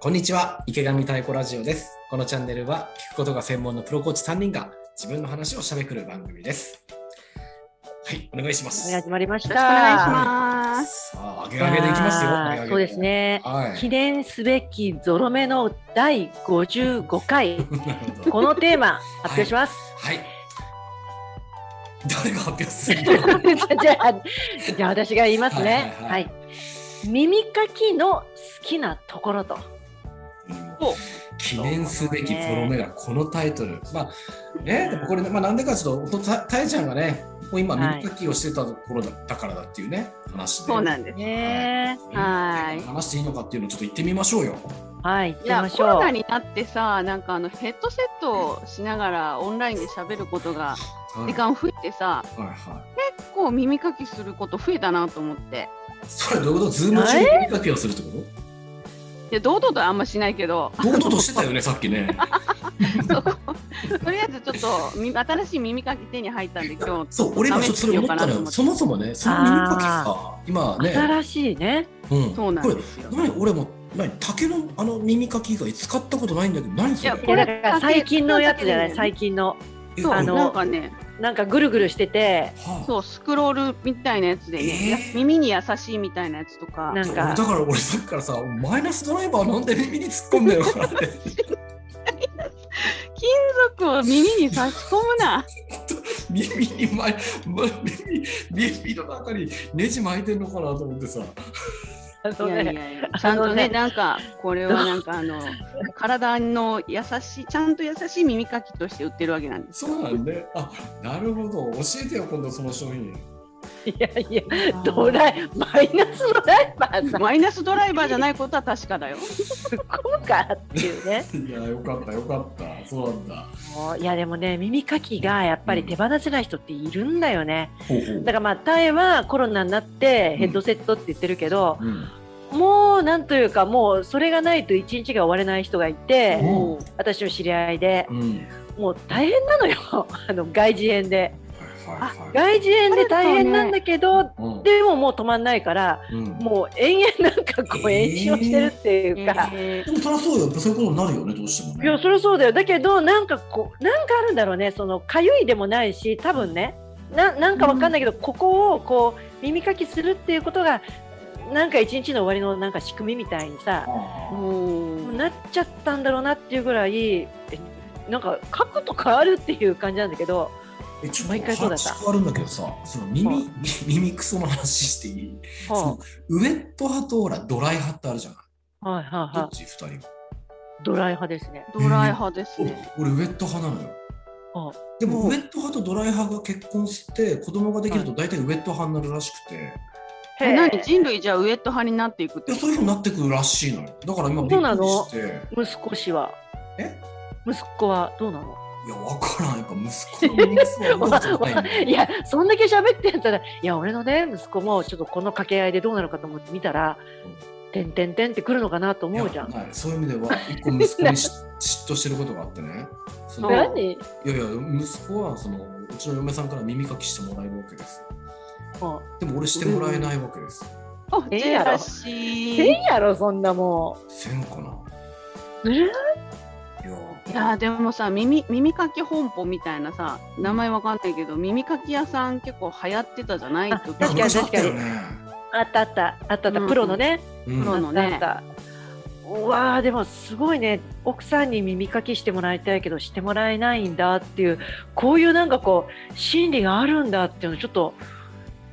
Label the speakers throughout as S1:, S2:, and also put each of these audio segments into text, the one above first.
S1: こんにちは池上太鼓ラジオですこのチャンネルは聞くことが専門のプロコーチ3人が自分の話をしゃべくる番組ですはいお願いします
S2: 始まりまし
S3: よろしく
S2: た。
S3: お願いします。
S1: さあ上げ上げでいきますよ
S2: わ
S1: 上げ上
S2: あ
S1: げ
S2: そうですね。
S1: は
S2: 記
S1: い
S2: 念すべきゾロ目の第55回
S1: なるほど
S2: このテーマ発表します。
S1: はい誰が発表するの
S2: じゃあじゃあ私が言いますね。
S1: はい
S2: はい
S1: はいはい
S2: 耳かきの好きなところと。
S3: お
S1: 記念すべきゾロ目がこのタイトル。まあね、でもこれ、まあ、なんでかちょっと、たたえちゃんがね、もう今、
S2: はい
S1: 耳かきをしてたところだだからだっていうね、話で。
S3: そうなんです。
S2: ね
S3: はい
S1: 話していいのかっていうのをちょっと言ってみましょうよ。
S2: はい行っ
S3: い
S2: てみ
S3: や
S2: ま
S3: コ
S2: しょう。
S3: ロナになってさなんかあのヘッドセットをしながらオンラインで喋ること
S1: は
S3: が
S1: い
S3: 時間増えてさ
S1: はいはい。
S3: 結構耳かきすること増えたなと思って
S1: それどういうことズーム中に耳かきをするってこ
S3: で堂々とはあんましないけど
S1: と堂々としてたよね、さっきね。
S3: そことりあえずちょっとみ新しい耳かき手に入ったんで今日
S1: そう、俺今ちょっとそれ思ったの
S3: 試してみようかなと思っ
S1: よ。
S3: て
S1: そもそもね、その耳かきさ、今ね、
S2: 新しいね。
S1: うん、
S3: そうなん
S1: これ
S3: ですよ。
S1: 何俺も何竹のあの耳かき以外使ったことないんだけど何それ
S3: いや
S2: いや
S3: これ
S2: だから最近のやつじゃない最近の
S1: え
S3: そう
S2: あの
S3: なんかね
S2: なんかぐるぐるしてて
S1: はあ
S3: そうスクロールみたいなやつでね、
S1: えー
S3: 耳に優しいみたいなやつとか
S2: なん
S1: だ
S2: か
S1: から俺さっきからさマイナスドライバーなんで耳に突っ込んだよ からって
S3: 金属を耳に差し込むな
S1: 耳にま耳耳の中にネジ巻いてんのかなと思ってさ
S2: あのね
S3: いやいやいやちゃんと
S2: あのね
S3: ねなんかこれはなんか あの体の優しいちゃんと優しい耳かきとして売ってるわけなんです
S1: そうなんであなるほど教えてよ今度その商品
S2: いやいや ドライマイナスドライバーさん
S3: マイナスドライバーじゃないことは確かだよ
S2: 突っ込むかっていうね。
S1: いやよかったよかったそうなんだ
S2: もういやでもね耳かきがやっぱり手放せない人っているんだよね、
S1: ほうほう
S2: だからまあタエはコロナになって
S1: ん
S2: ヘッドセットって言ってるけど、
S1: うん
S2: もうなんというかもうそれがないと一日が終われない人がいて、
S1: うん
S2: 私の知り合いで
S1: うん
S2: もう大変なのよ あの外耳炎で
S1: はいはいはい
S2: 外耳炎で大変なんだけど、
S1: うん
S2: でももう止まんないから
S1: うん
S2: もう延々なんかこう
S1: えー
S2: 延焼してるっていうか、
S3: え
S1: でもそりゃそうよそういうことになるよねどうしてもね
S2: いやそりゃそうだよだけどなんかこうなんかあるんだろうねそのかゆいでもないし多分ねななんかわかんないけど、ここをこう耳かきするっていうことがなんか一日の終わりのなんか仕組みみたいにさ、
S3: ー
S1: あー
S3: もう
S2: なっちゃったんだろうなっていうぐらいえなんか書くと変わるっていう感じなんだけど
S1: えちょっと
S2: 毎回そうだった
S1: 話変わるんだけどさその
S2: は
S1: 耳耳クソの話していい
S2: は
S1: ウェット派とほらドライ派ってあるじゃない
S2: あ、はいはい
S1: どっ
S2: は
S1: ち2人
S2: いドライ派ですね
S3: ドライ派ですね
S1: お俺ウェット派なのよ
S2: あ
S1: でも
S2: うん
S1: ウェット派とドライ派が結婚して子供ができると大体ウェット派になるらしくて、い、
S2: へ
S3: え
S2: え
S3: 何人類じゃあウエット派になっていくって
S1: やそういうふうになってくるらしいのよだから今びっ
S2: そうな
S1: くり
S2: の
S1: して
S2: 息子氏は
S1: え
S2: 息子はどうなの
S1: いやわからんやっぱ息子のミスはうまくない
S2: いやそんだけ喋ってんだらいや俺のね息子もちょっとこの掛け合いでどうなるかと思って見たら「てんてんてん」ってくるのかなと思うじゃ
S1: い
S2: ん。
S1: やないそういう意味では一個息子にし嫉妬してることがあってねその
S3: ない
S1: や
S3: う
S1: い
S2: 何
S1: や息子はそのうちの嫁さんから耳かきしてもらえるわけですよ
S2: も
S1: でも俺してもらえないわけですよ
S3: あ
S2: ええやろ
S3: ら
S2: う
S3: しい
S2: せんやろそんなも
S1: せんかな
S2: う。え
S1: いや
S3: いやーでもさ耳耳かき本舗みたいなさ名前わかんないけど耳かき屋さん結構流行ってたじゃない
S2: あ
S3: と
S2: 確かに
S1: 昔あったよね
S2: あったあったあったあった、
S3: うん
S2: プロのね。
S1: うん
S3: プロの
S2: あっ
S3: ね
S2: たあったうわーでもすごいね奥さんに耳かきしてもらいたいけどしてもらえないんだっていうこういうなんかこう心理があるんだっていうのちょっと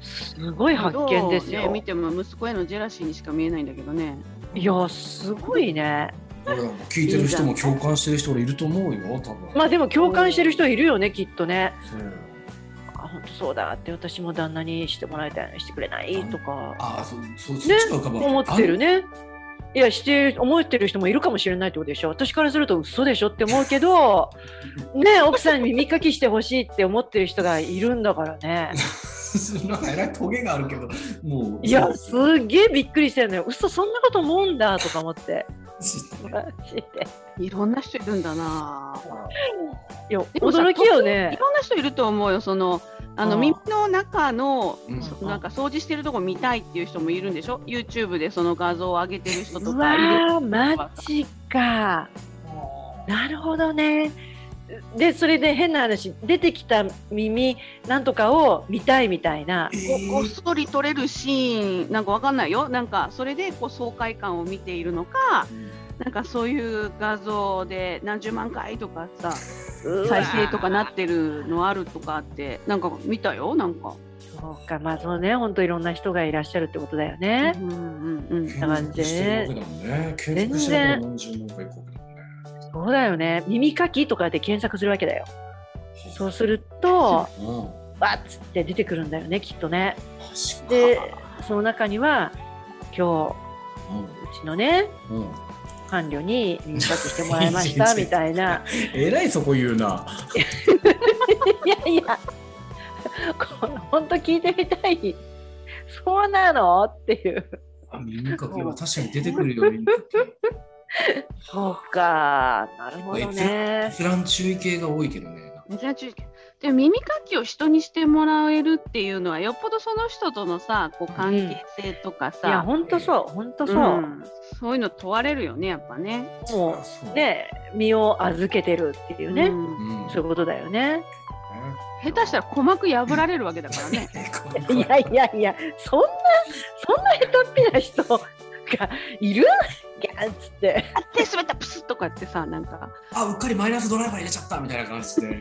S2: すごい発見です
S3: ど
S2: よ。
S3: うね見ても息子へのジェラシーにしか見えないんだけどね。
S2: いやすごいね。
S1: これはもう聞いてる人も共感してる人俺いると思うよ多分、
S2: まあでも共感してる人いるよねきっとね。
S1: そう
S2: あ本当そうだって私も旦那にしてもらいたいのにしてくれないとか
S1: ああそうそうそっちが浮かばん
S2: 思ってるね。いやして思ってる人もいるかもしれないってことでしょ私からすると嘘でしょって思うけ どね奥さんに耳かきしてほしいって思ってる人がいるんだから ね
S1: あんなんかえらいトゲがあるけどもう
S2: い
S1: い
S2: やすっげえびっくりしてるのよ嘘そんなこと思うんだとか思ってマジで
S3: いろんな人いるんだな。
S2: いや
S3: でもさ
S2: 驚きよ
S3: い
S2: ね
S3: ろんな人いると思うよ。そのあ
S2: あ
S3: の
S2: ー
S3: 耳の中の
S1: うん
S3: そなんか掃除してるとこ見たいっていう人もいるんでしょ YouTube でその画像を上げてる人と
S2: う
S3: かいる
S2: わーマジかなるほどねでそれで変な話出てきた耳なんとかを見たいみたいな
S1: え
S3: ここっ
S1: ー
S3: そり撮れるシーンなんかわかんないよなんかそれでこう爽快感を見ているのかなんかそういう画像で何十万回とかさ再生とかなってるのあるとかってなんか見たよなんか。
S2: そうかまあそうね本当いろんな人がいらっしゃるってことだよ
S3: うん
S2: ね、
S3: うんうん
S2: だからね
S1: 継続してるわけだもんね。継続してるから何十万回いくわけだもんね。
S2: そうだよね耳かきとかで検索するわけだよそうすると
S1: うん。
S2: バッつって出てくるんだよねきっとね
S1: 確か
S2: でその中には今日うちのね
S1: うんうん
S2: 伴侶に耳かきしてもらいまし たみたいな
S1: えらいそこ言うな。
S2: いやいや、 こ本当聞いてみたい。そうなのっていう。
S1: あ耳かきは確かに出てくるよ。耳かき
S2: そうか、なるほどね。
S1: 閲覧注意系が多いけどね。
S3: 珍しいでも耳かきを人にしてもらえるっていうのはよっぽどその人とのさこう関係性とか
S2: いや、
S3: さ、
S2: 本当そう、本当そう。
S3: うんそういうの問われるよねやっぱね。
S2: も
S1: そう
S2: う、。ね、身を預けてるっていうね。
S3: うん
S1: うん。
S2: そういうことだよね。
S3: 下手したら鼓膜破られるわけだから ね。
S2: いやいやいや、そんな、そんな下手っぴな人がいる ギャーっつって。
S3: あ手滑ったプスッとかってさなん か
S1: あ、うっかりマイナスドライバー入れちゃったみたいな感じで。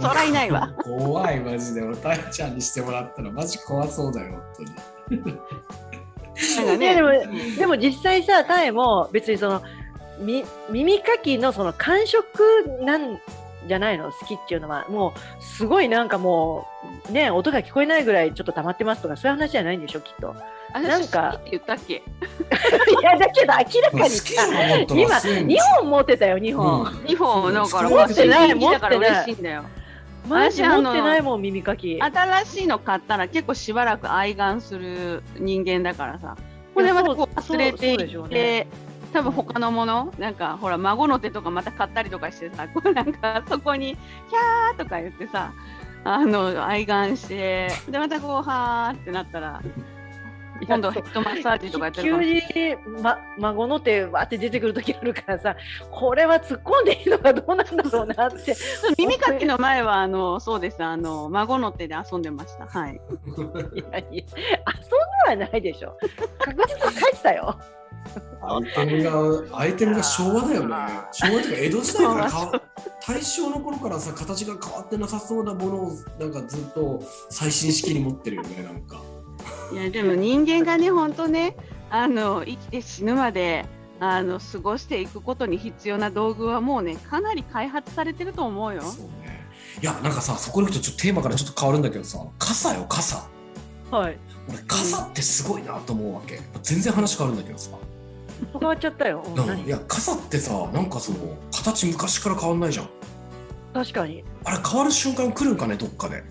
S3: そらいないわ。
S1: 怖い、マジで。俺、タイちゃんにしてもらったら、マジ怖そうだよ、本当に。
S3: なんか
S2: いや
S3: ね
S2: でもでも実際さ、タイも別にそのみ耳かきのその感触なんじゃないの好きっていうのはもうすごいなんかもうね音が聞こえないぐらいちょっと溜まってますとかそういう話じゃないんでしょきっ と。
S3: あ
S2: なんか
S3: 好きって言ったっけ
S2: いやだけど明ら
S1: まあ
S2: かに
S1: 好き
S2: さ
S1: なの持った
S2: 今
S1: ら
S2: 2本持ってたよ2本。
S1: うん
S3: 2本だから
S1: 持って
S2: ない
S3: 新品だから
S2: 持ってない
S3: 嬉しいんだよ
S2: マジ
S3: 私あ
S2: 持
S3: の
S2: ってないもん耳かき。
S3: 新しいの買ったら結構しばらく愛玩する人間だからさこれまたこう
S2: そう
S3: 忘れて
S2: そ
S3: い
S2: うそうでしょう
S3: って、
S2: ね
S3: 多分他のものなんかほら孫の手とかまた買ったりとかしてさ こうなんかそこに「キャー」とか言ってさあの愛玩してでまたこう「はー」ってなったら今度はヘッドマッサージとかやってるかもしれない
S2: 急に、ま、孫の手わって出てくる時あるからさこれは突っ込んでいいのかどうなんだろう なって
S3: 耳かきの前はあのそうですあの孫の手で遊んでましたはい
S2: いやいや遊んではないでしょ。確実に書いてたよ。
S1: アイテムが、アイテムが昭和だよね。昭和っていうか、江戸時代から変わ、大正の頃からさ、形が変わってなさそうなものを、なんかずっと最新式に持ってるよね、なんか。
S3: いやでも人間がね本当ねあの生きて死ぬまであの過ごしていくことに必要な道具はもうねかなり開発されてると思うよ。
S1: そうね。いや、なんかさ、そこに行くと、ちょっとテーマからちょっと変わるんだけどさ、傘よ、傘。
S2: はい。
S1: 俺、傘ってすごいなと思うわけ。全然話変わるんだけどさ。
S2: 変わっちゃったよ。うん
S1: なんかいや、傘ってさ、なんかその、形昔から変わんないじゃん。
S2: 確かに。
S1: あれ、変わる瞬間来るんかね、どっかで。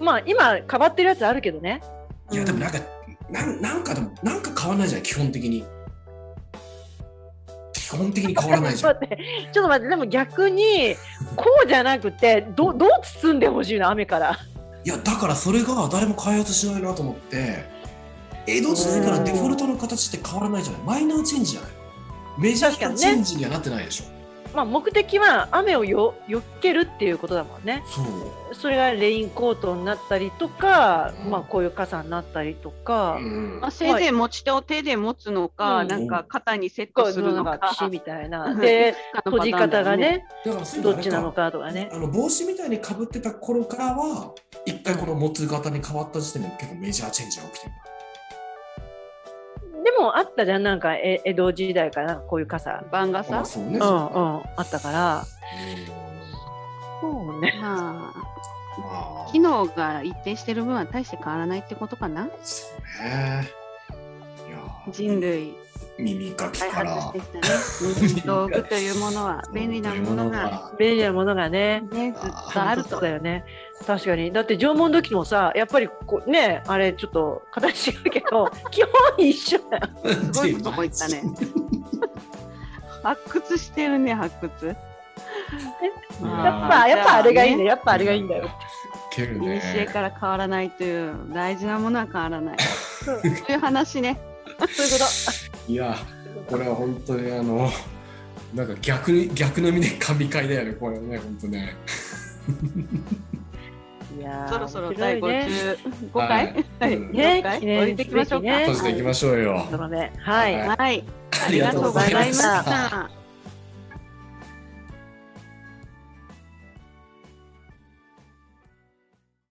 S2: まあ今変わってるやつあるけどね。
S1: いや、でもなんか、なんなんかでも、なんか変わんないじゃん、基本的に。基本的に変わらないじ
S2: ち
S1: ゃ
S2: ょ
S1: ん。
S2: っと待って、ちょっと待って、でも逆にこうじゃなくてどどう包んでほしいの雨から。
S1: いや、だからそれが誰も開発しないなと思って、江戸時代からデフォルトの形って変わらないじゃない。マイナーチェンジじゃない。メジャーなチェンジにはなってないでしょ。
S2: まあ目的は雨をよ避けるっていうことだもんね。
S1: そう。
S2: それがレインコートになったりとか、まあこういう傘になったりとか。
S1: うん
S3: まあ、せいぜい持ち手を手で持つのか、
S2: うん
S3: なんか肩にセッ
S2: こう
S3: トするの
S2: なん
S3: か
S2: か岸みたいな。
S3: うん
S2: で、
S3: いくつかの
S2: 閉じ
S3: パターン
S2: 方
S3: だよ
S2: がね、
S1: だからそういう
S2: ど
S1: あ
S2: っ
S1: れ
S2: ちなのかとかね。
S1: あの帽子みたいにかぶってた頃からは一回この持つ型に変わった時点で結構メジャーチェンジが起きてる
S2: でもあったじゃん、なんかえ江戸時代からなんかこういう傘。
S3: 番
S1: あ
S3: 傘
S1: そうね、
S2: うんうん、
S1: そうか
S2: あったから。そうね。
S3: ま
S1: うんま
S3: あ
S1: あ
S3: 機能が一定してる分は大して変わらないってことかな
S1: そうねいや
S3: 人類
S1: 耳かき
S3: 開
S1: か
S3: 発
S1: ら
S3: してきたね道具というものは便利なものが
S2: 便利なものがね。
S3: ねずっとある
S2: そ
S3: と
S2: うだよね。確かに。だって縄文土器もさ、やっぱりこうね、あれちょっと形違うけ ど、基本一緒だよ。
S3: すごいとこ行ったね 発掘してるね発掘
S1: や
S2: やっぱ、やっぱあれがいいんだよ。やっぱあれがいいんだよ。
S1: けるね。
S3: 古から変わらないという大事なものは変わら ないそういう話ね
S2: そういうこと。
S1: い や、これは本当にあの、なんか逆に逆の意味で神回だよね、これね、本当ね。
S2: いやー
S3: そろそろ
S2: 面白
S3: 第
S2: いね。
S3: 55回、
S1: はい
S3: うん
S2: ね
S3: 55回
S2: 記念
S3: 降りていきましょ
S2: す
S3: う
S2: べき
S3: か
S2: ね
S1: 閉じていきましょうよ。
S2: そのね、はい。
S1: はい
S3: は
S1: あ
S3: いあ
S1: り
S3: り
S1: が
S3: が
S1: と
S3: と
S1: うご
S3: うご
S1: ざ
S3: ざ
S1: い
S3: い
S1: ま
S3: ま
S1: し
S3: したた。